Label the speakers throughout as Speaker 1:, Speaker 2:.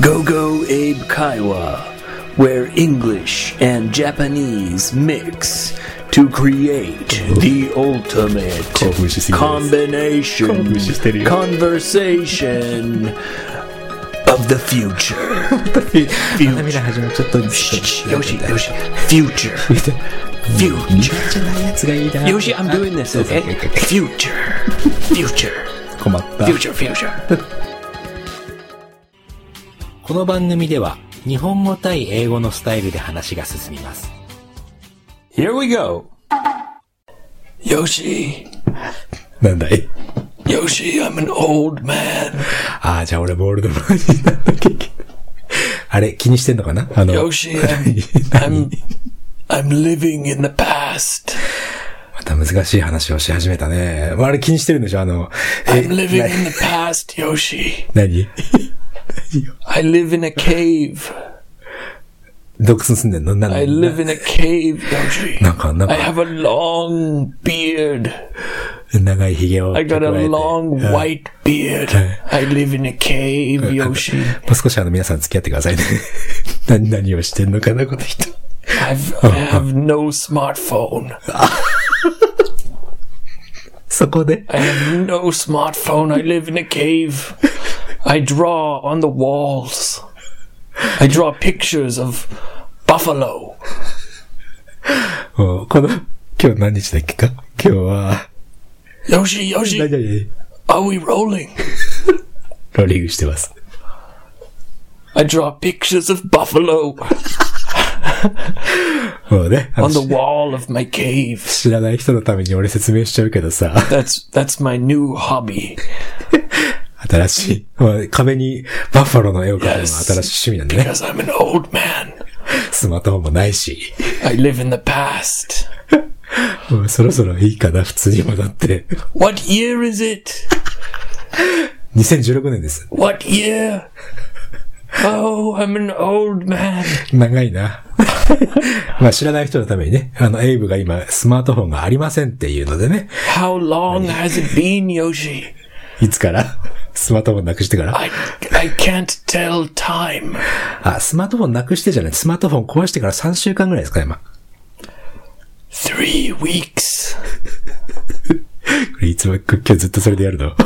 Speaker 1: Go Go Abe Kaiwa, where English and Japanese mix to create the ultimate
Speaker 2: 興奮しすぎです
Speaker 1: combination
Speaker 2: 興奮してるよ。
Speaker 1: conversation of the future.
Speaker 2: 涙始まっちゃったんですけど
Speaker 1: Yoshi, Yoshi, future, future.
Speaker 2: じゃないやつがいいな
Speaker 1: Yoshi, I'm doing this, okay? Future, future,
Speaker 2: 困った
Speaker 1: future, future.
Speaker 3: この番組では日本語対英語のスタイルで話が進みます。
Speaker 1: Here we go. Yoshi,
Speaker 2: なんだい
Speaker 1: Yoshi, I'm an old man.
Speaker 2: ああじゃあ俺ボールドマンになったけあれ気にしてんのかなあの
Speaker 1: Yoshi, I'm, I'm, I'm living in the past.
Speaker 2: また難しい話をし始めたね。まあ、あれ気にしてるんでしょあの、え
Speaker 1: I'm living in the past, Yoshi.
Speaker 2: 何
Speaker 1: I live in a cave.
Speaker 2: 独身住んでんのなん
Speaker 1: I live in a cave, Yoshi.
Speaker 2: なんか、なん
Speaker 1: I
Speaker 2: か、
Speaker 1: have a long beard.
Speaker 2: 長い髭を
Speaker 1: I
Speaker 2: 蓄え
Speaker 1: got
Speaker 2: て。
Speaker 1: a long
Speaker 2: うん
Speaker 1: white beard. I live in a cave, Yoshi.
Speaker 2: もう少しあの皆さん付き合ってくださいね。 何、何をしてんのかな、この人。
Speaker 1: I've, I have no smartphone.
Speaker 2: そこで、
Speaker 1: I have no smartphone. I live in a cave. I draw on the walls. I draw pictures of buffalo.
Speaker 2: もうこの、今日何日だっけか今日は、
Speaker 1: Yoshi,
Speaker 2: 何
Speaker 1: Yoshi,
Speaker 2: 々
Speaker 1: are we rolling?
Speaker 2: ローリングしてます。
Speaker 1: I draw pictures of buffalo
Speaker 2: もうね、あ
Speaker 1: on the
Speaker 2: の、
Speaker 1: wall of my cave.
Speaker 2: 知らない人のために俺説明しちゃうけどさ、
Speaker 1: That's that's my new hobby.
Speaker 2: 新しい、まあ壁にバッファローの絵を描くのが
Speaker 1: Yes.
Speaker 2: 新しい趣味なんでね。
Speaker 1: Because I'm an old man.
Speaker 2: スマートフォンもないし、
Speaker 1: I live in the past.
Speaker 2: もうそろそろいいかな、普通にもだって。
Speaker 1: What year is it?
Speaker 2: 2016年です。
Speaker 1: What year? Oh, I'm an old man.
Speaker 2: 長い な。まあ知らない人のためにね、あの、エイブが今、スマートフォンがありませんっていうのでね、
Speaker 1: How long has it been, Yoshi?
Speaker 2: いつから、 スマートフォンなくしてから。
Speaker 1: I I can't tell time.
Speaker 2: あ、スマートフォンなくしてじゃない、スマートフォン壊してから3週間ぐらいですか、今。
Speaker 1: Three weeks.
Speaker 2: これいつも、今日ずっとそれでやるの。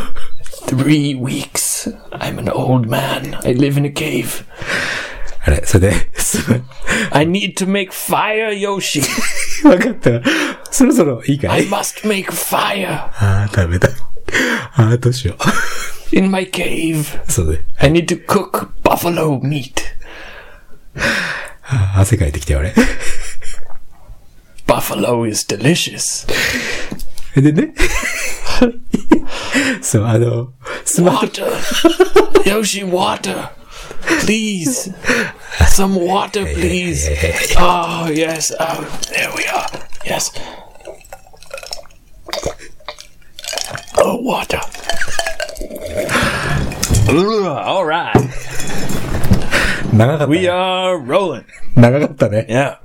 Speaker 1: Three weeks. I'm an old man. I live in a cave.
Speaker 2: あれ、それで、す
Speaker 1: I need to make fire, Yoshi.
Speaker 2: わかった。そろそろいいか
Speaker 1: I
Speaker 2: い
Speaker 1: must make fire
Speaker 2: あー、ダメだ。あー、どうしよ
Speaker 1: in my cave.
Speaker 2: う。 そうで、
Speaker 1: I need to cook buffalo meat.
Speaker 2: あー汗かいてきて、俺。
Speaker 1: Buffalo is delicious.
Speaker 2: でね。 そう、あの、スマート
Speaker 1: Water. Yoshi, water. Please. Some water, please. Oh, yes. Oh, there we are. Yes. Oh, water. Ugh, All right.
Speaker 2: 長かった、
Speaker 1: We
Speaker 2: ね。
Speaker 1: are rolling.
Speaker 2: 長かったね。
Speaker 1: Yeah.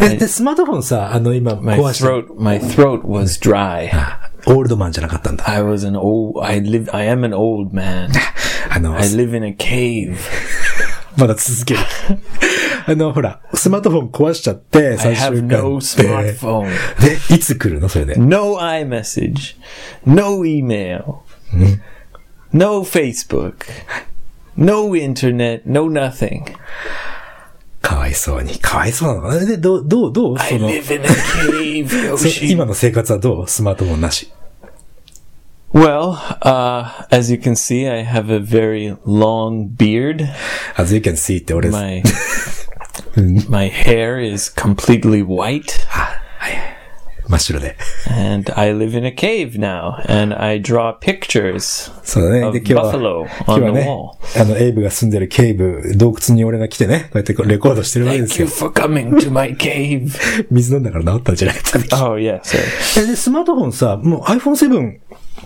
Speaker 2: え、で、スマートフォンさ、あの、今、
Speaker 1: My
Speaker 2: 壊した。
Speaker 1: throat my throat was
Speaker 2: Ah.
Speaker 1: dry.
Speaker 2: オールドマンじゃなかったんだ。
Speaker 1: I was an old I live I am an old man.
Speaker 2: あの、
Speaker 1: I live in a cave.
Speaker 2: まだ続ける。 あの、ほら、スマートフォン壊しちゃって、
Speaker 1: I
Speaker 2: 最
Speaker 1: have
Speaker 2: 終
Speaker 1: no
Speaker 2: 回って。
Speaker 1: smartphone.
Speaker 2: で、いつ来るのそれで。
Speaker 1: no iMessage, no email, no Facebook, no internet, no nothing.
Speaker 2: かわいそうに。かわいそうなのかなで、どう、どう、どう
Speaker 1: I
Speaker 2: その、
Speaker 1: live in a cave,
Speaker 2: そ
Speaker 1: Yoshi.
Speaker 2: 今の生活はどうスマートフォンなし。
Speaker 1: Well, uh, as you can see, I have a very long beard.
Speaker 2: As you can see って俺、
Speaker 1: My my hair is completely white,
Speaker 2: 真っ白で。
Speaker 1: and I live in a cave now, and I draw pictures.
Speaker 2: そうだね。
Speaker 1: Of
Speaker 2: で、今日は、
Speaker 1: buffalo
Speaker 2: 今日は
Speaker 1: on
Speaker 2: ね
Speaker 1: the、
Speaker 2: あの、エイブが住んでるケイブ、洞窟に俺が来てね、こうやってレコードしてるわけで
Speaker 1: Thank
Speaker 2: す
Speaker 1: you
Speaker 2: よ。
Speaker 1: for coming to my cave.
Speaker 2: 水飲んだから治ったんじゃない
Speaker 1: Oh yes. yes.
Speaker 2: えで、スマートフォンさ、もう iPhone7、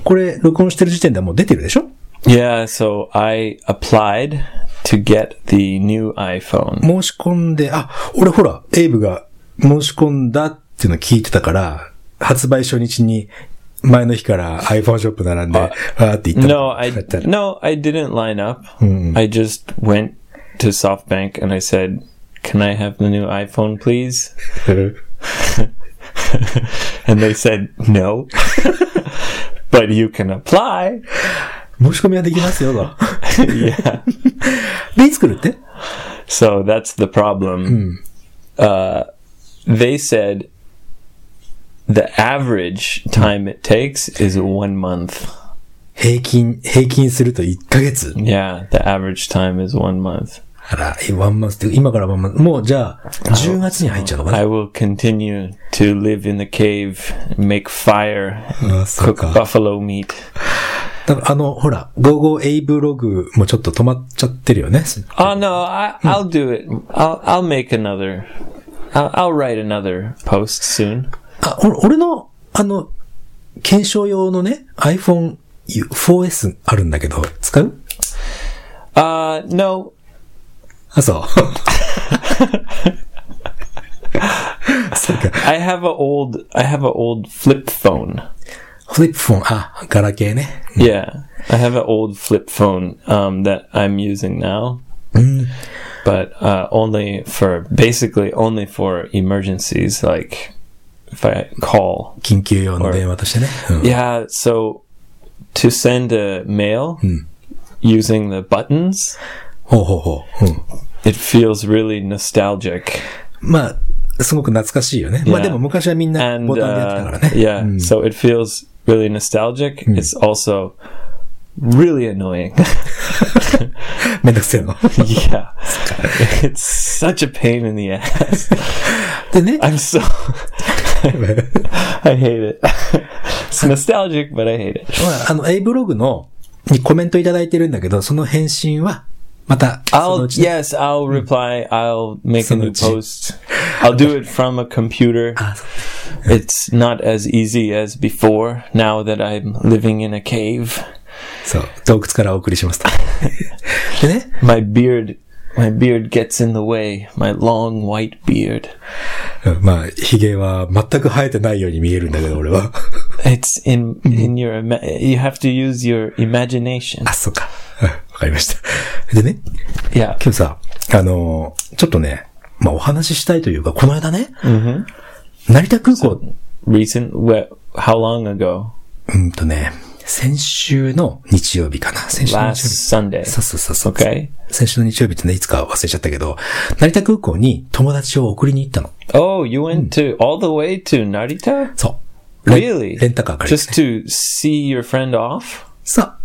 Speaker 2: これ、録音してる時点ではもう出てるでしょ
Speaker 1: Yeah, so I applied to get the new iPhone.
Speaker 2: 申し込んで、あ、俺ほら、エイブが申し込んだっていうの聞いてたから、発売初日に前の日から iPhone ショップ並んで、わーって行ったの。
Speaker 1: No, I no, I didn't line up. I just went to SoftBank and I said, "Can I have the new iPhone, please?"
Speaker 2: うん。
Speaker 1: and they said no. but you can apply.
Speaker 2: 申し込みはできますよ、と。
Speaker 1: yeah.
Speaker 2: で、いつ来るって
Speaker 1: So that's the problem. Uh, they said the average time it takes is one month.
Speaker 2: 平均、平均すると1ヶ月。
Speaker 1: Yeah, the average time is one month.
Speaker 2: あら、えワンマンスって、今からワンマンス。もうじゃあ、10月に入っちゃうのかな
Speaker 1: I will continue to live in the cave, make fire,
Speaker 2: あ、そ
Speaker 1: cook
Speaker 2: うか。
Speaker 1: buffalo meat.
Speaker 2: だからあの、ほら、55エイブログもちょっと止まっちゃってるよね。
Speaker 1: Oh no, I, I'll do it. I'll I'll make another. I'll, I'll write another post soon.
Speaker 2: あ、俺俺の、あの、検証用のね、iPhone 4S あるんだけど、使う
Speaker 1: Uh, no,
Speaker 2: あ、そう。 そうか。
Speaker 1: I have a old I have a old flip phone.
Speaker 2: フリップフォン、あ、ガラケーね。
Speaker 1: Yeah, I have an old flip phone um, that I'm using now, Mm. but uh, only for basically only for emergencies, like if I call.
Speaker 2: 緊急用の電話としてね。うん
Speaker 1: Yeah, so to send a mail using the buttons,
Speaker 2: ほうほうほう。うん
Speaker 1: it feels really nostalgic.
Speaker 2: まあ、すごく懐かしいよね。まあ
Speaker 1: Yeah.
Speaker 2: でも昔はみんな
Speaker 1: and
Speaker 2: ボタンでやってたから
Speaker 1: uh,
Speaker 2: ね。
Speaker 1: yeah, so it Hmm. feels really nostalgic. It's also really annoying.
Speaker 2: めんどくせえの。
Speaker 1: yeah, it's such a pain in the ass.
Speaker 2: でね、
Speaker 1: I'm so I hate it. it's nostalgic, but I hate it.
Speaker 2: まあ、あの、A ブログの、にコメントいただいてるんだけど、その返信は、また、その
Speaker 1: I'll
Speaker 2: うちね
Speaker 1: yes, I'll reply. I'll make a new
Speaker 2: そのうち。
Speaker 1: post. I'll do it from a computer.
Speaker 2: あそう
Speaker 1: It's not as easy as before now that I'm living in a cave.
Speaker 2: そう、洞窟からお送りしますと。 でね、
Speaker 1: My beard my beard gets in the way. My long white beard.
Speaker 2: うんまあ、髭は全く生えてないように見えるんだけど、俺は。
Speaker 1: It's in in your ima- you have to use your imagination.
Speaker 2: あ、そうか。うんわかりました。でね、
Speaker 1: Yeah.
Speaker 2: 今日さ、あのーちょっとね、まあお話ししたいというか、この間ね、成田空港、
Speaker 1: Recent wh- how long ago?
Speaker 2: うんとね、先週の日曜日かな。先週の日
Speaker 1: Last
Speaker 2: 曜日。
Speaker 1: Sunday.
Speaker 2: そうそうそうそう。
Speaker 1: Okay.
Speaker 2: 先週の日曜日ってね、いつか忘れちゃったけど、成田空港に友達を送りに行ったの。
Speaker 1: Oh, you went to all the way to Narita?
Speaker 2: そう。レン
Speaker 1: Really?
Speaker 2: レンタカー借りて、
Speaker 1: Just to see your friend off?
Speaker 2: さあ、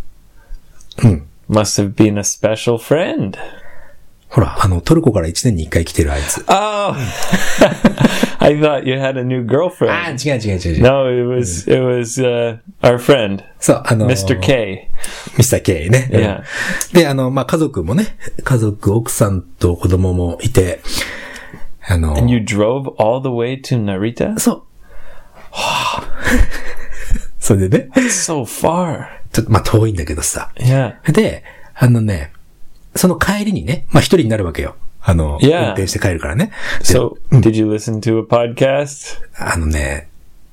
Speaker 1: Must have been a special friend.
Speaker 2: ほら、あの、トルコから1年に1回来てるあいつ。
Speaker 1: Oh, I thought you had a new girlfriend.
Speaker 2: 違う違う違う違う。
Speaker 1: No, it was it was uh, our friend
Speaker 2: そう、あのー、
Speaker 1: Mr. K.
Speaker 2: ミスター K ね。うん
Speaker 1: Yeah.
Speaker 2: で、あの、まあ、家族もね、家族、奥さんと子供もいて、あの、
Speaker 1: You drove all the way to Narita?
Speaker 2: そう。 それでね、
Speaker 1: So far.
Speaker 2: ちょっと、まあ、遠いんだけどさ。
Speaker 1: Yeah.
Speaker 2: で、あのね、その帰りにね、まあ、一人になるわけよ。あの、
Speaker 1: Yeah.
Speaker 2: 運転して帰るからね。で
Speaker 1: So, did you listen to a podcast?
Speaker 2: あのね、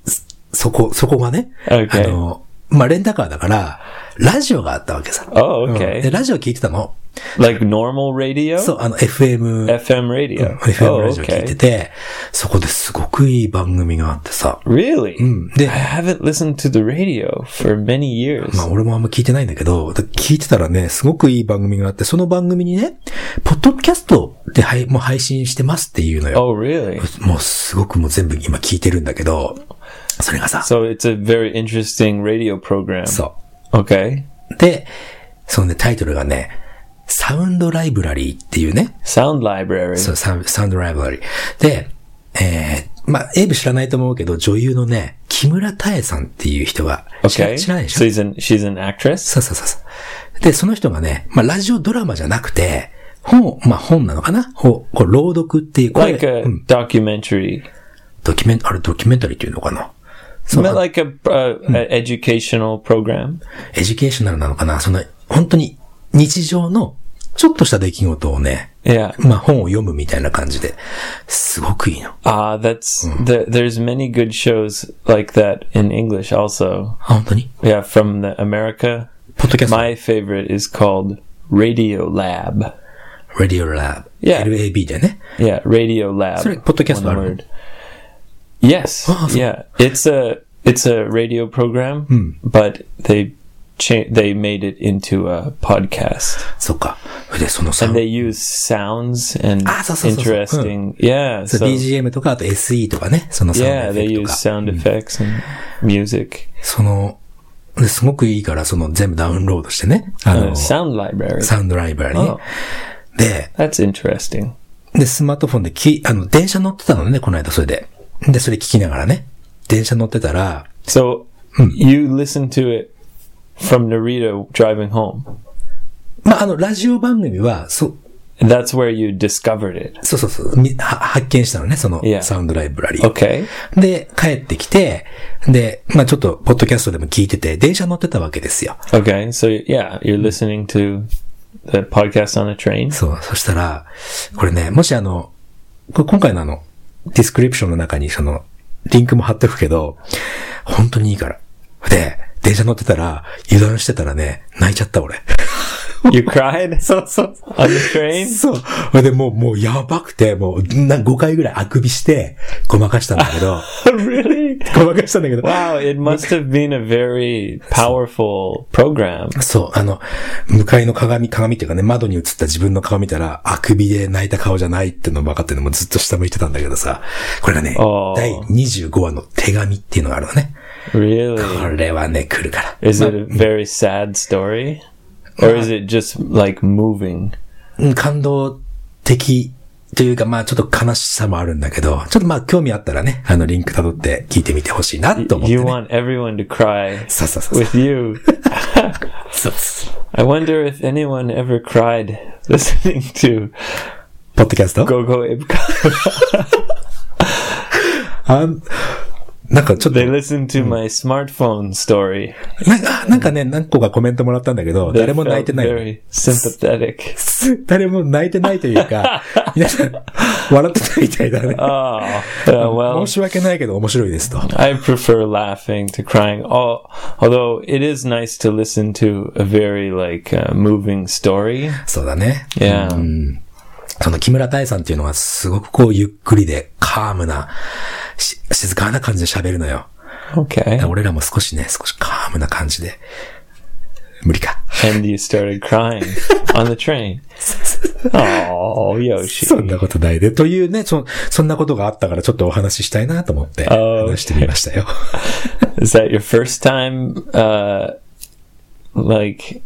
Speaker 2: そそこ、そこがね、
Speaker 1: Okay.
Speaker 2: あの、まあ、レンタカーだから、ラジオがあったわけさ。
Speaker 1: Oh,
Speaker 2: うんで、
Speaker 1: okay.
Speaker 2: ラジオ聞いてたの。
Speaker 1: Like normal radio?
Speaker 2: そう、あの、FM。
Speaker 1: FM radio.
Speaker 2: FM
Speaker 1: Oh,
Speaker 2: ラジオ聞いて
Speaker 1: okay.
Speaker 2: て、そこですごくいい番組があってさ。
Speaker 1: Really?
Speaker 2: うん。で
Speaker 1: I、haven't listened to the radio for many years.
Speaker 2: まあ俺もあんま聞いてないんだけど、で聞いてたらね、すごくいい番組があって、その番組にね、ポッドキャストではいもう配信してますっていうのよ。
Speaker 1: Oh, really?
Speaker 2: もうすごくもう全部今聞いてるんだけど、それがさ、
Speaker 1: So it's a very interesting radio program.
Speaker 2: そ
Speaker 1: Okay.
Speaker 2: う。で、そのね、タイトルがね、サウンドライブラリーっていうね、
Speaker 1: Sound library.
Speaker 2: そう、サウサウンドライブラリー。で、えー、まあ、エイブ知らないと思うけど、女優のね、木村多江さんっていう人が、知ら
Speaker 1: okay.
Speaker 2: 知らないでしょ
Speaker 1: So she's an she's an actress.
Speaker 2: そうそうそうそう。で、その人がね、まあ、ラジオドラマじゃなくて、本を、まあ、本なのかなを、こう、朗読っていう、これ、
Speaker 1: Like a
Speaker 2: うん、
Speaker 1: documentary,
Speaker 2: ドキュメン、あれドキュメンタリーっていうのかなそ
Speaker 1: Not
Speaker 2: の、
Speaker 1: like a, uh, a educational program.
Speaker 2: エデュケーショナルなのかなその、本当に日常のちょっとした出来事をね、
Speaker 1: Yeah.
Speaker 2: まあ本を読むみたいな感じで、すごくいいの。
Speaker 1: Ah, that's there, there's many good shows like that in English also.
Speaker 2: あ、本当に
Speaker 1: Yeah, from the America.
Speaker 2: ポッドキャスト、
Speaker 1: My favorite is called Radio Lab.
Speaker 2: Radio Lab。
Speaker 1: Yeah.
Speaker 2: LAB でね。
Speaker 1: Yeah, Radio Lab.
Speaker 2: それ、podcast あるの？
Speaker 1: Yes.
Speaker 2: ああ、そう。
Speaker 1: yeah, it's a it's a radio program, but they cha- they made it into a podcast,
Speaker 2: そっか。それで、そのさ
Speaker 1: and、they use sounds and
Speaker 2: あ、そうそうそうそう。うん。
Speaker 1: interesting. Yeah,
Speaker 2: そう
Speaker 1: so
Speaker 2: BGM とか、あと SE とかね、そのサウンド
Speaker 1: yeah,
Speaker 2: エ
Speaker 1: they
Speaker 2: フェクトと
Speaker 1: use
Speaker 2: か。
Speaker 1: sound effects and music.
Speaker 2: その、ですごくいいから、その全部ダウンロードしてね。あ
Speaker 1: Uh,
Speaker 2: の、
Speaker 1: sound library.
Speaker 2: サウンドライブラリね
Speaker 1: Oh,。
Speaker 2: で、
Speaker 1: that's interesting.
Speaker 2: で、スマートフォンでき、あの、電車乗ってたのね、この間それで。で、それ聞きながらね。電車乗ってたら、
Speaker 1: So you listen to it from Narita driving home.
Speaker 2: まあ、あの、ラジオ番組は、そ、
Speaker 1: And that's where you discovered it.
Speaker 2: そうそうそう、みは発見したのね、その
Speaker 1: Yeah.
Speaker 2: サウンドライブラリー。
Speaker 1: Okay.
Speaker 2: で、帰ってきて、で、まあちょっと、ポッドキャストでも聞いてて、電車乗ってたわけですよ。
Speaker 1: Okay. So yeah, you're listening to the podcast on a train.
Speaker 2: そう、そしたら、これね、もしあの、これ今回のあの、ディスクリプションの中にその、リンクも貼っておくけど、本当にいいから。で、電車乗ってたら、油断してたらね、泣いちゃった俺。
Speaker 1: You cried
Speaker 2: そうそう。
Speaker 1: on the train?
Speaker 2: そう。それでもう、もうやばくて、もう、な5回ぐらいあくびして、ごまかしたんだけど、
Speaker 1: really?
Speaker 2: ごまかしたんだ けど、
Speaker 1: Wow, it must have been a very powerful program.
Speaker 2: そう、あの、向かいの鏡、鏡っていうかね、窓に映った自分の顔見たら、あくびで泣いた顔じゃないっての分かってるのもずっと下向いてたんだけどさ、これがね
Speaker 1: あー、
Speaker 2: 第25話の手紙っていうのがあるのね。こ
Speaker 1: Really?
Speaker 2: れはね、来るから。
Speaker 1: Is it a very sad story? Or is it just like moving?
Speaker 2: うん感動的というか、まあちょっと悲しさもあるんだけど、ちょっとまあ興味あったらね、あのリンク辿って聞いてみてほしいなと思って、
Speaker 1: You
Speaker 2: ね。
Speaker 1: want everyone to cry
Speaker 2: そうそうそう
Speaker 1: with you.
Speaker 2: そうそう。
Speaker 1: I wonder if anyone ever cried listening to
Speaker 2: ポッドキャスト
Speaker 1: Gogo Ibka.
Speaker 2: あんなんかちょっ と
Speaker 1: They、listened to my smartphone story.
Speaker 2: なんか、あなんかね、何個かコメントもらったんだけど、
Speaker 1: They
Speaker 2: 誰も泣いて
Speaker 1: felt
Speaker 2: ないの。
Speaker 1: Very sympathetic.
Speaker 2: 誰も泣いてないという か、皆さん、笑ってたみたいだね。
Speaker 1: Oh, uh, well,
Speaker 2: 申し訳ないけど面白いですと。
Speaker 1: I prefer laughing to crying. Al- although it is nice to listen to a very like uh, moving story.
Speaker 2: そうだね。
Speaker 1: Yeah.
Speaker 2: その木村多江さんっていうのはすごくこうゆっくりでカームな、し静かな感じで喋るのよ。
Speaker 1: Okay.
Speaker 2: 俺らも少しね、少しカームな感じで。無 理か。
Speaker 1: And you started crying on the train. Oh, Yoshi.
Speaker 2: そんなことないで。というね、そ、そんなことがあったからちょっとお話ししたいなと思って
Speaker 1: あー
Speaker 2: 話してみましたよ。
Speaker 1: Is that your first time, uh, like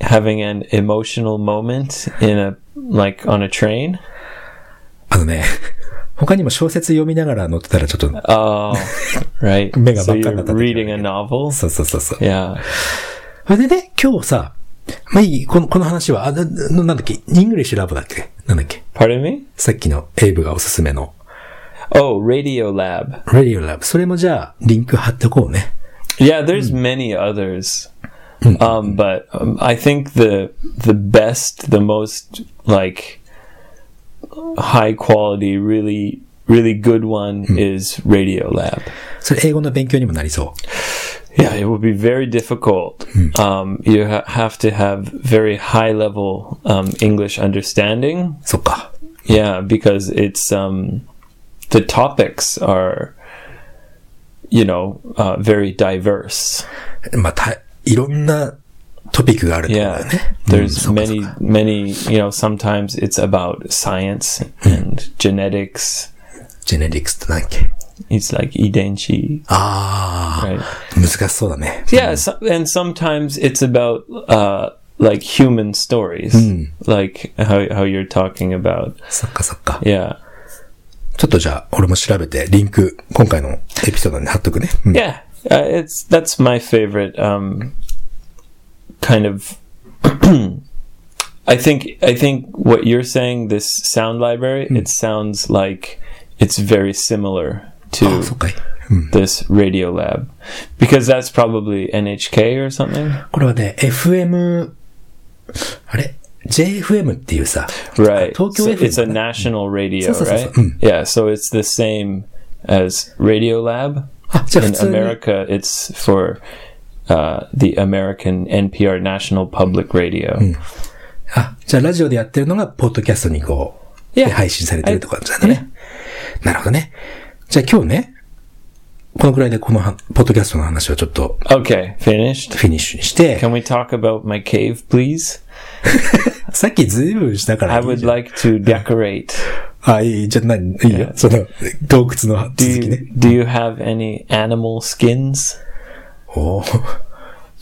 Speaker 1: having an emotional moment in a like on a train?
Speaker 2: あのね、他にも小説読みながら乗ってたらちょっと、
Speaker 1: Oh, right.
Speaker 2: Mega
Speaker 1: so you're
Speaker 2: bakana-ta-ta.
Speaker 1: reading a novel.
Speaker 2: そうそうそうそう。
Speaker 1: Yeah.
Speaker 2: それでね、今日さ、まあ、いい、この、この話は、あ、な、ななんだっけ、イングリッシュラブだっけなんだっけ
Speaker 1: Pardon me.
Speaker 2: さっきのエイブがおすすめの、
Speaker 1: Oh, Radio Lab.
Speaker 2: Radio Lab。それもじゃあ、リンク貼っておこうね。
Speaker 1: Yeah, there's many others, um, but um, I think the the best, the most like high quality, really really good one is Radio Lab.
Speaker 2: それ英語の勉強にもなりそ
Speaker 1: Yeah, it will be very difficult. Um, you ha- have to have very high level um, English understanding.
Speaker 2: う。そっか。
Speaker 1: Yeah, because it's um, the topics are, you know, uh, very diverse.
Speaker 2: まあ、た、いろんなトピックがあるってことだよ
Speaker 1: Yeah,
Speaker 2: ね。
Speaker 1: there's
Speaker 2: うん
Speaker 1: many, many. You know, sometimes it's about science and genetics.
Speaker 2: ジェネリックスってなんだっけ
Speaker 1: It's like idenchi,
Speaker 2: ああ、
Speaker 1: right?
Speaker 2: 難しそうだね。
Speaker 1: Yeah, so, and sometimes it's about uh, like human stories, like how how you're talking about.
Speaker 2: そっかそっか。
Speaker 1: Yeah,
Speaker 2: ちょっとじゃあ、俺も調べて、リンク、今回のエピソードに貼っとくね。うん
Speaker 1: yeah. Uh, it's that's my favorite um, kind of. I think I think what you're saying, this sound library, it sounds like it's very similar
Speaker 2: あ
Speaker 1: to
Speaker 2: そっかい。
Speaker 1: this radio lab because that's probably NHK or something.
Speaker 2: これはね、FM、あれ JFM っていうさ、
Speaker 1: Right.
Speaker 2: Tokyo
Speaker 1: So
Speaker 2: FM
Speaker 1: it's a national radio,
Speaker 2: So, so, so,
Speaker 1: right?
Speaker 2: so. Mm.
Speaker 1: Yeah, so it's the same as Radio Lab.
Speaker 2: あ、じゃあ普
Speaker 1: In
Speaker 2: 通に。
Speaker 1: America, it's for uh, the American NPR National Public Radio.
Speaker 2: Mm. あ、じゃあラジオでやってるのが、ポッドキャストにこう、
Speaker 1: いや
Speaker 2: で配信されてるとかなんだね。なるほどね。じゃあ今日ね、このくらいでこのはポッドキャストの話をちょっと
Speaker 1: Okay, finished.
Speaker 2: フィニッシュにして、
Speaker 1: Can we talk about my cave, please?
Speaker 2: さっきずいぶんしたから
Speaker 1: I
Speaker 2: いい
Speaker 1: would
Speaker 2: じゃん。
Speaker 1: like to decorate.
Speaker 2: あ、いい、じゃあ何、いいよ。その、洞窟の
Speaker 1: Do
Speaker 2: 続き
Speaker 1: you,
Speaker 2: ね。
Speaker 1: do you have any animal skins?
Speaker 2: おー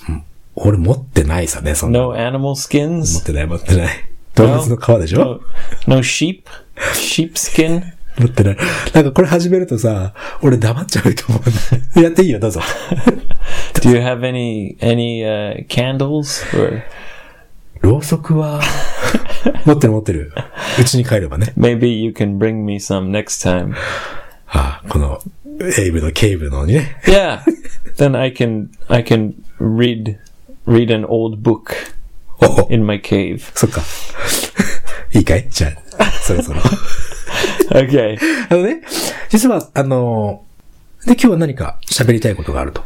Speaker 2: うん俺持ってないさね、そんな。持
Speaker 1: No animal
Speaker 2: っ
Speaker 1: skins?
Speaker 2: てない、持ってない。動物の皮でしょ、
Speaker 1: No, no sheep? Sheepskin?
Speaker 2: 持ってない。なんかこれ始めるとさ、俺黙っちゃうと思う。やっていいよ、 どうぞ。
Speaker 1: Do you have any any uh, candles or
Speaker 2: ろうそく は、持ってる持ってる。うちに帰ればね。
Speaker 1: maybe you can bring me some next time?
Speaker 2: ああこの、エイブのケイブのにね。
Speaker 1: Yeah, then I can I can read read an old book
Speaker 2: おお、
Speaker 1: in my cave.
Speaker 2: そっか。 いいかいじゃあ、そろそ ろ。
Speaker 1: Okay.
Speaker 2: あのね、実は、あので、今日は何か喋りたいことがあると。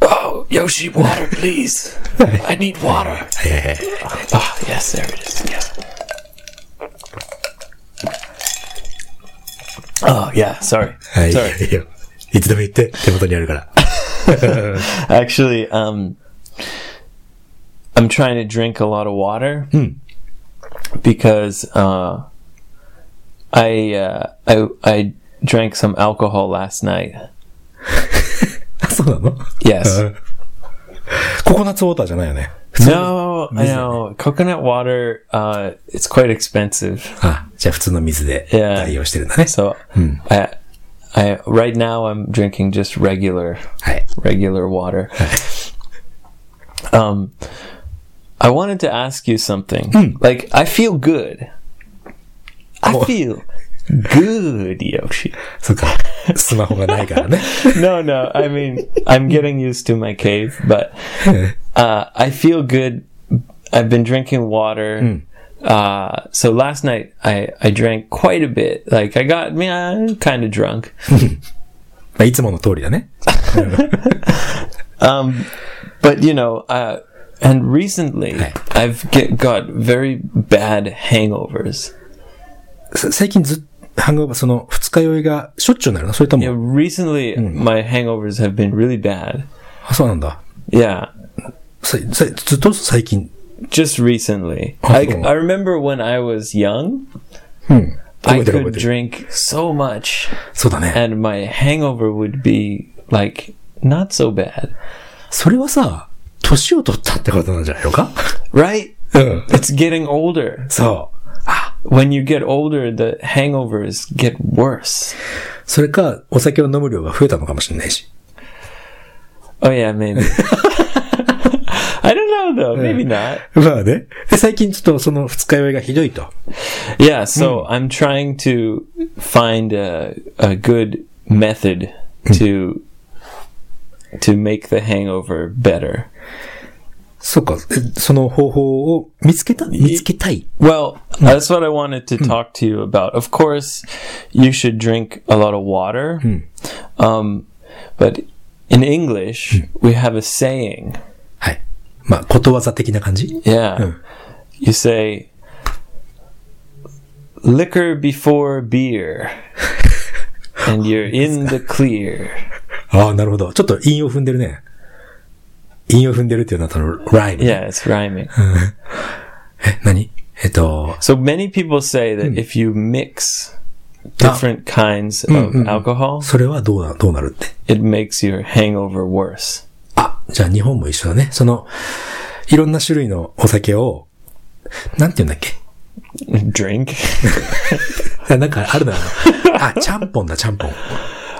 Speaker 1: Oh, Yoshi, water, please. I need water.
Speaker 2: はいはいはい。
Speaker 1: Ah, yes, there it is. Yes. Oh yeah, sorry.
Speaker 2: はい、
Speaker 1: Sorry.
Speaker 2: いいよ。いつでも言って、手元にあるから。
Speaker 1: Actually, um, I'm trying to drink a lot of water because uh, I, uh, I I drank some alcohol last night.
Speaker 2: あ、そうなの
Speaker 1: Yes.
Speaker 2: うんココナッツウォーターじゃないよね。普通の
Speaker 1: No, I know coconut water. Uh, it's quite expensive,
Speaker 2: あ、じゃあ普通の水で
Speaker 1: Yeah.
Speaker 2: 代用してるんだね。
Speaker 1: so I, I right now I'm drinking just regular
Speaker 2: はい。
Speaker 1: regular water. um, I wanted to ask you something. Like, I feel good. I
Speaker 2: Oh.
Speaker 1: feel good, Yoshi.
Speaker 2: そっか。スマホがないから ね。
Speaker 1: No, no, I mean, I'm getting used to my cave, but uh, I feel good. I've been drinking water. Uh, so last night I, I drank quite a bit. Like I got yeah, kind of drunk.
Speaker 2: まあ、いつもの通りだね。
Speaker 1: um, but you know, uh, and recently I've get, got very bad hangovers.
Speaker 2: さ最近ずっ、ハングオーバー、その、二日酔いがしょっちゅうなるのそれと
Speaker 1: Yeah,
Speaker 2: も、
Speaker 1: recently my hangovers have been really bad.
Speaker 2: あ、そうなんだ。
Speaker 1: Yeah,
Speaker 2: ささずっと最近。
Speaker 1: just recently.
Speaker 2: Oh.
Speaker 1: I, I remember when I was young,
Speaker 2: うん。覚
Speaker 1: I
Speaker 2: えてる覚え
Speaker 1: could
Speaker 2: て
Speaker 1: drink
Speaker 2: る。
Speaker 1: so much,
Speaker 2: そうだね。
Speaker 1: and my hangover would be like not so bad,
Speaker 2: それはさ、年を取ったってことなんじゃないのか
Speaker 1: right?
Speaker 2: うん。
Speaker 1: It's getting older.
Speaker 2: そう。
Speaker 1: When you get older, the hangovers get worse.
Speaker 2: それか、お酒を飲む量が増えたのかもしれないし。
Speaker 1: Oh yeah, maybe. I don't know though. Maybe not.
Speaker 2: まあね。で、最近ちょっとその二日酔いがひどいと。
Speaker 1: Yeah. So I'm trying to find a, a good method to to make the hangover better.
Speaker 2: そうか。えその方法を見つけた見つけたい。
Speaker 1: Well, that's what I wanted to talk to you about. Of course, you should drink a lot of water. Um, but in English, we have a saying.
Speaker 2: はい。まあ、ことわざ的な感じ
Speaker 1: Yeah.
Speaker 2: Mm.
Speaker 1: You say liquor before beer. and you're in the clear.
Speaker 2: ああ、なるほど。ちょっと韻を踏んでるね。韻を踏んでるっていうのはそのライ ム。
Speaker 1: Yeah, it's rhyming.
Speaker 2: え、何えっと、
Speaker 1: So many people say that if you mix different kinds of alcohol,
Speaker 2: それはどうな、どうなるって。
Speaker 1: it makes your hangover worse.
Speaker 2: あ、じゃあ日本も一緒だね。その、いろんな種類のお酒を、なんて言うんだっけ
Speaker 1: Drink.
Speaker 2: あなんかあるだろう。 あ、ちゃんぽんだ、ちゃんぽん。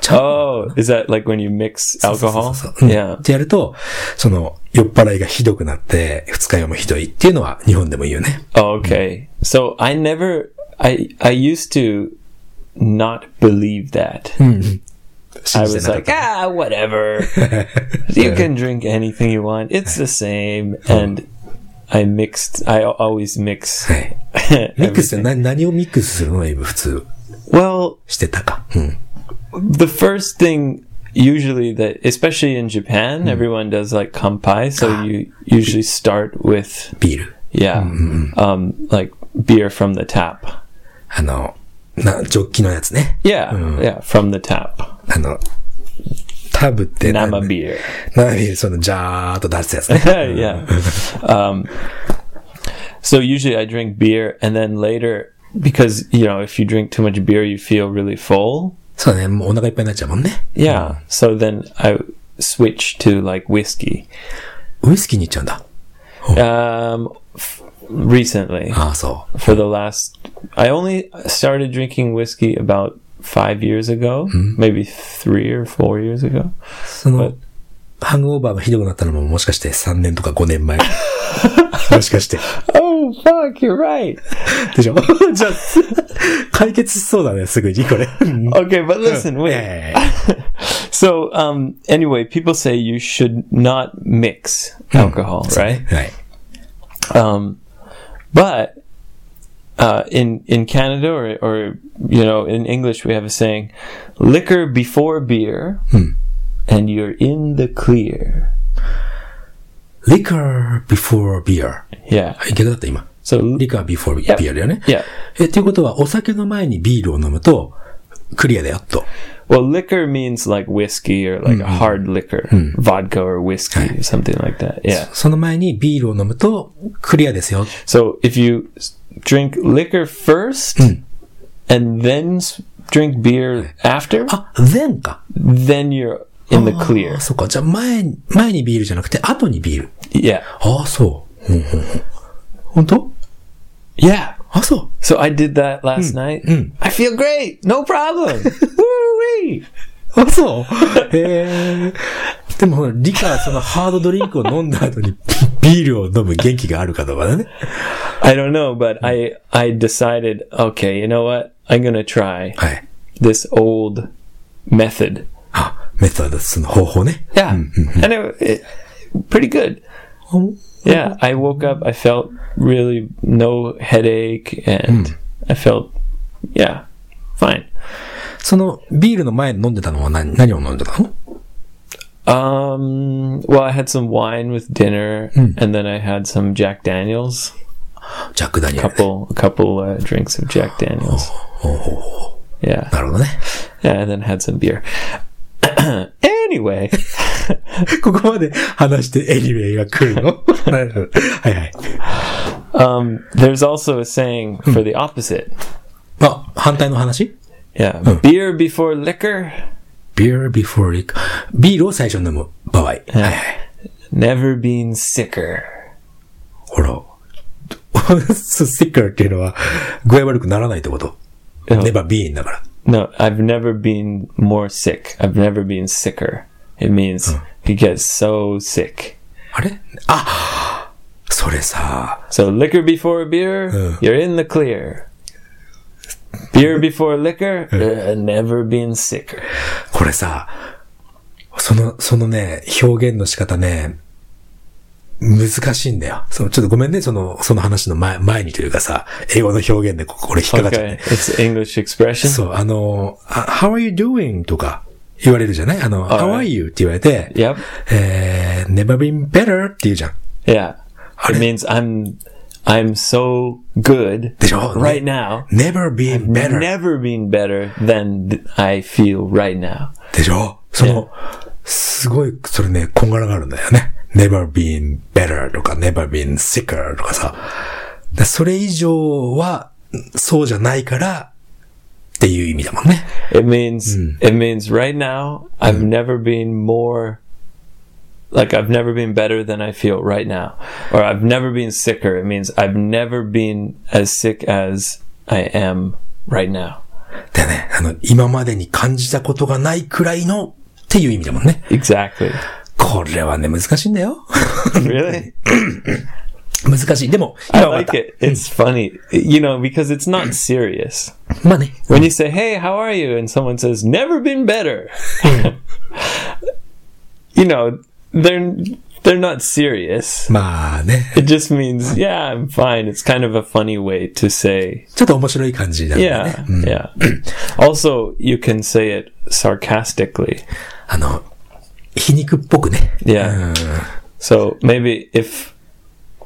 Speaker 2: ちゃんぽん
Speaker 1: Oh, is that like when you mix
Speaker 2: そうそう
Speaker 1: alcohol?
Speaker 2: そうそう。うん
Speaker 1: Yeah.
Speaker 2: ってやると、その、酔っ払いがひどくなって、二日酔いもひどいっていうのは日本でも言うよね。
Speaker 1: Oh, okay. So I never, I, I used to not believe that.
Speaker 2: 信
Speaker 1: I
Speaker 2: じて
Speaker 1: was
Speaker 2: なか
Speaker 1: like,
Speaker 2: った。
Speaker 1: ah, whatever. you can drink anything you want. It's the same. And I mixed. I always mix.
Speaker 2: はい。ミックスっ
Speaker 1: everything.
Speaker 2: て何何をミックスするのエイブ普通
Speaker 1: well,
Speaker 2: してたか。うん。
Speaker 1: the first thing usually that, especially in Japan, everyone does like kampai. So you usually start with
Speaker 2: ビール。
Speaker 1: yeah, um, like beer from the tap.
Speaker 2: あの、な、ジョッキのやつね。
Speaker 1: Yeah, yeah, from the tap.
Speaker 2: あの、タブってな
Speaker 1: Nama beer.
Speaker 2: 生ビール、その、ジャーっと出すやつ ね。
Speaker 1: yeah. Um, so usually I drink beer, and then later, because you know, if you drink too much beer, you feel really full.
Speaker 2: そうだね、もうお腹いっぱいになっちゃうもんね。
Speaker 1: Yeah. So then I switch to like whiskey.
Speaker 2: ウイスキーに行っちゃうんだ。
Speaker 1: Um, f- recently,
Speaker 2: ああ、そう。
Speaker 1: for the last, I only started drinking whiskey about five years ago, maybe three or four years ago.
Speaker 2: その
Speaker 1: But-、
Speaker 2: ハングオーバーがひどくなったのももしかして3年とか5年前。 もしかして。
Speaker 1: Oh fuck! You're right.
Speaker 2: でしょ じゃあ、解決しそうだね、すぐに、こ れ。
Speaker 1: Okay, but listen, wait.
Speaker 2: ええ
Speaker 1: So, um, anyway, people say you should not mix alcohol, right?
Speaker 2: はい。
Speaker 1: Um, but uh, in in Canada or or you know in English we have a saying, liquor before beer, and you're in the clear.
Speaker 2: liquor before beer.
Speaker 1: Yeah.
Speaker 2: いけどだった、今。
Speaker 1: So li-
Speaker 2: liquor before
Speaker 1: Yeah.
Speaker 2: beer だよね。
Speaker 1: yeah.
Speaker 2: え、っていうことは、お酒の前にビールを飲むと、クリアだよ、と。
Speaker 1: Well, liquor means like whiskey or like a hard liquor, vodka or whiskey or something like that. Yeah.
Speaker 2: その前にビールを飲むと、クリアですよ。
Speaker 1: So if you s- drink liquor first and then s- drink beer after,
Speaker 2: あ、then か。
Speaker 1: then you're in the clear.
Speaker 2: あそっか。じゃあ、前に、前にビールじゃなくて、後にビール。
Speaker 1: Yeah.
Speaker 2: ああ、そう。うんうんうん本当
Speaker 1: Yeah.
Speaker 2: あ、そう。
Speaker 1: So I did that last night. I feel great. No problem. Woo-wee.
Speaker 2: あ、そう。へえ。でも、リカ、そのハードドリンクを飲んだ後に ビールを飲む元気があるかどうかだね。
Speaker 1: I don't know, but I I decided, okay, you know what? I'm going to try
Speaker 2: はい。
Speaker 1: this old method.
Speaker 2: あ、メソッドその方法ね。
Speaker 1: Yeah. And it, it pretty good.
Speaker 2: うん
Speaker 1: Yeah, I woke up, I felt really no headache and I felt yeah, fine.
Speaker 2: その、ビールの前に飲んでたのは何、何を飲んでたの
Speaker 1: Um well, I had some wine with dinner and then I had some Jack Daniels.
Speaker 2: ジャックダニエル。
Speaker 1: couple a couple uh, drinks of Jack Daniels. Yeah,
Speaker 2: なるほどね。
Speaker 1: yeah, and then had some beer. anyway,
Speaker 2: ここまで話してエニメイが来るの はいはい。
Speaker 1: um, there's also a saying for the opposite.
Speaker 2: あ、反対の話
Speaker 1: Yeah, beer before liquor,
Speaker 2: ?beer before liquor. ビールを最初に飲む場合。はいはい。
Speaker 1: never been sicker.
Speaker 2: ほら。 スティッカーっていうのは具合悪くならないってこと。
Speaker 1: うん
Speaker 2: ネバビーンだから。
Speaker 1: No, I've never been more sick. I've never been sicker. It means you get so sick.
Speaker 2: あれあそれさ、
Speaker 1: So liquor before beer,
Speaker 2: Uh.
Speaker 1: you're in the clear. Beer before liquor, uh, never been sicker.
Speaker 2: これさ、その、そのね、表現の仕方ね、難しいんだよ。その、ちょっとごめんね、その、その話の前、前にというかさ、英語の表現でここれ引っかかっちゃって。
Speaker 1: Okay, it's English expression.
Speaker 2: そう、あの、あ How are you doing? とか言われるじゃないあの、How are you? って言われて、
Speaker 1: Yep.
Speaker 2: えー、Never been better って言うじゃん。
Speaker 1: Yeah.
Speaker 2: Okay.
Speaker 1: It means I'm I'm so good
Speaker 2: でしょ
Speaker 1: right now.
Speaker 2: Never been better.
Speaker 1: Never been better than th- I feel right now.
Speaker 2: でしょその、すごい、それね、こんがらがるんだよね。never been better とか never been sicker とかさ。だそれ以上は、そうじゃないから、っていう意味だもんね。
Speaker 1: It means it means right now I've never been more like I've never been better than I feel right now. Or I've never been sicker. It means I've never been as sick as I am right now.
Speaker 2: でね、あの、今までに感じたことがないくらいの、っていう意味だもんね。
Speaker 1: Exactly.
Speaker 2: これはね、難しいんだよ。
Speaker 1: really?
Speaker 2: 難しい。でも、
Speaker 1: I
Speaker 2: 今はま
Speaker 1: like
Speaker 2: た。
Speaker 1: it. It's funny. You know, because it's not serious.
Speaker 2: まあね。
Speaker 1: When you say, "Hey, how are you?" and someone says, "Never been better," you know, they're they're not serious.
Speaker 2: まあね。
Speaker 1: It just means, yeah, I'm fine. It's kind of a funny way to say,
Speaker 2: ちょっと面白い感じなんだね。
Speaker 1: yeah, yeah. also, you can say it sarcastically.
Speaker 2: あの、皮肉っぽくね。
Speaker 1: Yeah. So maybe if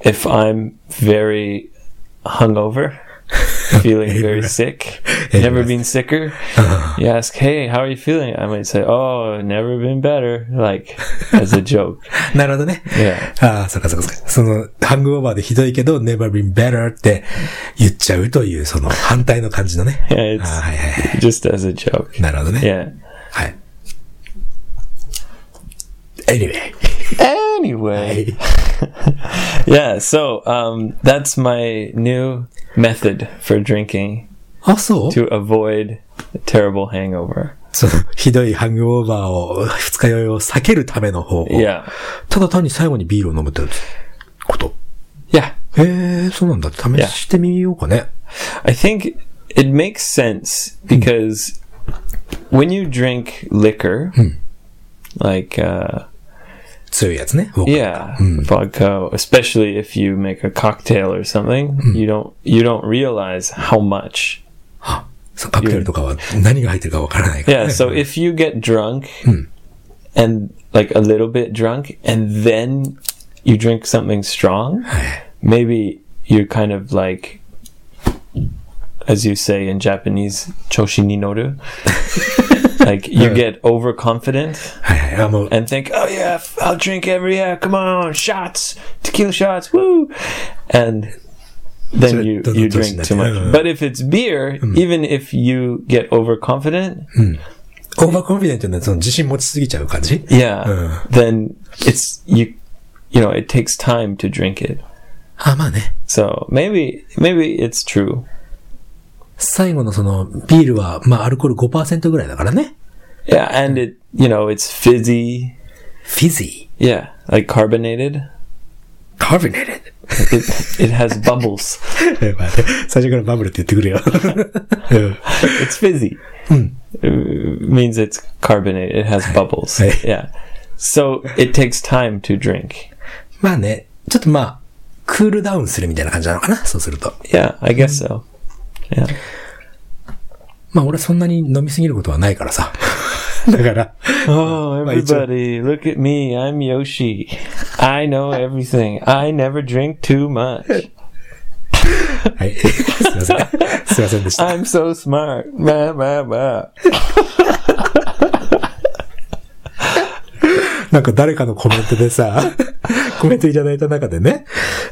Speaker 1: if I'm very hungover, feeling very sick, never been sicker, you ask, "Hey, how are you feeling?" I might say, "Oh, I've never been better," like as a joke.
Speaker 2: なるほどね。
Speaker 1: Yeah.
Speaker 2: ああ、そっかそっかそっか。その、ハングオーバーでひどいけど、never been better って言っちゃうという、その反対の感じのね。あ
Speaker 1: Yeah,
Speaker 2: あ
Speaker 1: it's
Speaker 2: はいはいは
Speaker 1: just as a joke.
Speaker 2: い。なるほどね。
Speaker 1: Yeah.
Speaker 2: はい。Anyway.
Speaker 1: Anyway, yeah. So um, that's my new method for drinking
Speaker 2: あ、そう
Speaker 1: to avoid a terrible hangover.
Speaker 2: その、ひどいハングオーバーを、二日酔いを避けるための方法。
Speaker 1: Yeah.
Speaker 2: ただ単に最後にビールを飲むってこと。
Speaker 1: Yeah.
Speaker 2: へえ、そうなんだ。試してみようかね。
Speaker 1: I think it makes sense because when you drink liquor, like uh,
Speaker 2: 強いやつね。僕
Speaker 1: yeah, vodka, especially if you make a cocktail or something, you don't you don't realize how much.
Speaker 2: そうカクテルとかは何が入ってるかわからないから、
Speaker 1: Yeah, so if you get drunk and like a little bit drunk, and then you drink something strong, maybe you're kind of like. As you say in Japanese, choshi ni noru. like you get overconfident
Speaker 2: はいはい。あ、もう、
Speaker 1: and think, oh yeah, f- I'll drink every yeah, come on, shots, tequila shots, woo, and then you
Speaker 2: doesn't
Speaker 1: you
Speaker 2: touch
Speaker 1: drink
Speaker 2: that.
Speaker 1: too much.
Speaker 2: Yeah, yeah,
Speaker 1: But if it's beer, even if you get overconfident,
Speaker 2: オーバーコンフィデントなその自信持ちすぎちゃう感じ
Speaker 1: yeah,
Speaker 2: Uh.
Speaker 1: then it's you, you know, it takes time to drink it.
Speaker 2: あ、まあね。
Speaker 1: So maybe maybe it's true.
Speaker 2: 最後のその、ビールは、まあ、アルコール5%ぐらいだからね。
Speaker 1: Yeah, and it you know it's fizzy.
Speaker 2: フィジ
Speaker 1: Yeah, like carbonated.
Speaker 2: ー。カービネレ
Speaker 1: It it has bubbles.
Speaker 2: ッ まあね最初からバブルって言ってく れよ。うん
Speaker 1: it's fizzy.
Speaker 2: Hmm.
Speaker 1: It means it's carbonated. It has bubbles.
Speaker 2: Hey.
Speaker 1: Yeah. So it takes time to drink.
Speaker 2: まあね、ちょっとまあ、クールダウンするみたいな感じなのかなそうすると。
Speaker 1: Yeah, I guess
Speaker 2: Hmm.
Speaker 1: so. Yeah.
Speaker 2: まあ、俺そんなに飲みすぎることはないからさ。 だから、
Speaker 1: Oh,
Speaker 2: Wait, so-
Speaker 1: everybody, look at me. I'm Yoshi. I know everything. I never drink too much.
Speaker 2: はい。すいません。すいませんでした。
Speaker 1: I'm so smart. Bah, bah, bah.
Speaker 2: なんか誰かのコメントでさ、 コメントいただいた中でね、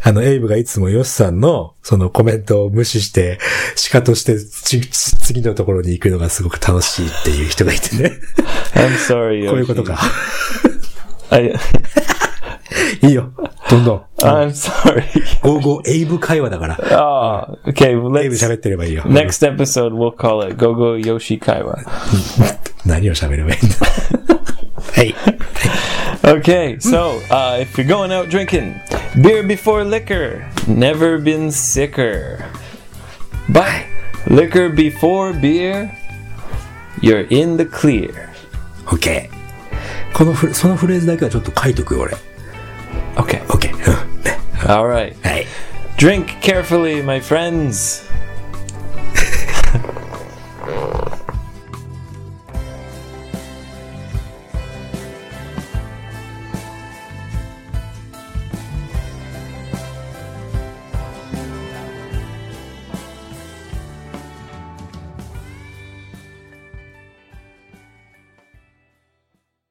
Speaker 2: あの、エイブがいつもヨシさんの、そのコメントを無視して、鹿としてちち次のところに行くのがすごく楽しいっていう人がいてね。
Speaker 1: I'm sorry,
Speaker 2: こういう
Speaker 1: Yoshi.
Speaker 2: ことか。
Speaker 1: I,
Speaker 2: いいよ。どんどん。
Speaker 1: I'm sorry.
Speaker 2: ゴーゴーエイブ会話だから、
Speaker 1: Oh, okay. well,
Speaker 2: エイブ
Speaker 1: let's.
Speaker 2: 喋ってればいいよ。
Speaker 1: Next episode, we'll call it Gogo Yoshi Kaiwa.
Speaker 2: 何を喋ればいいんだ。 はい。
Speaker 1: Okay, so uh, if you're going out drinking, beer before liquor, never been sicker. But liquor before beer, you're in the clear.
Speaker 2: OK。このフレ、そのフレーズだけはちょっと書いとくよ、俺。
Speaker 1: Okay,
Speaker 2: OK。うん。ね
Speaker 1: all right.
Speaker 2: はい。
Speaker 1: Drink carefully, my friends.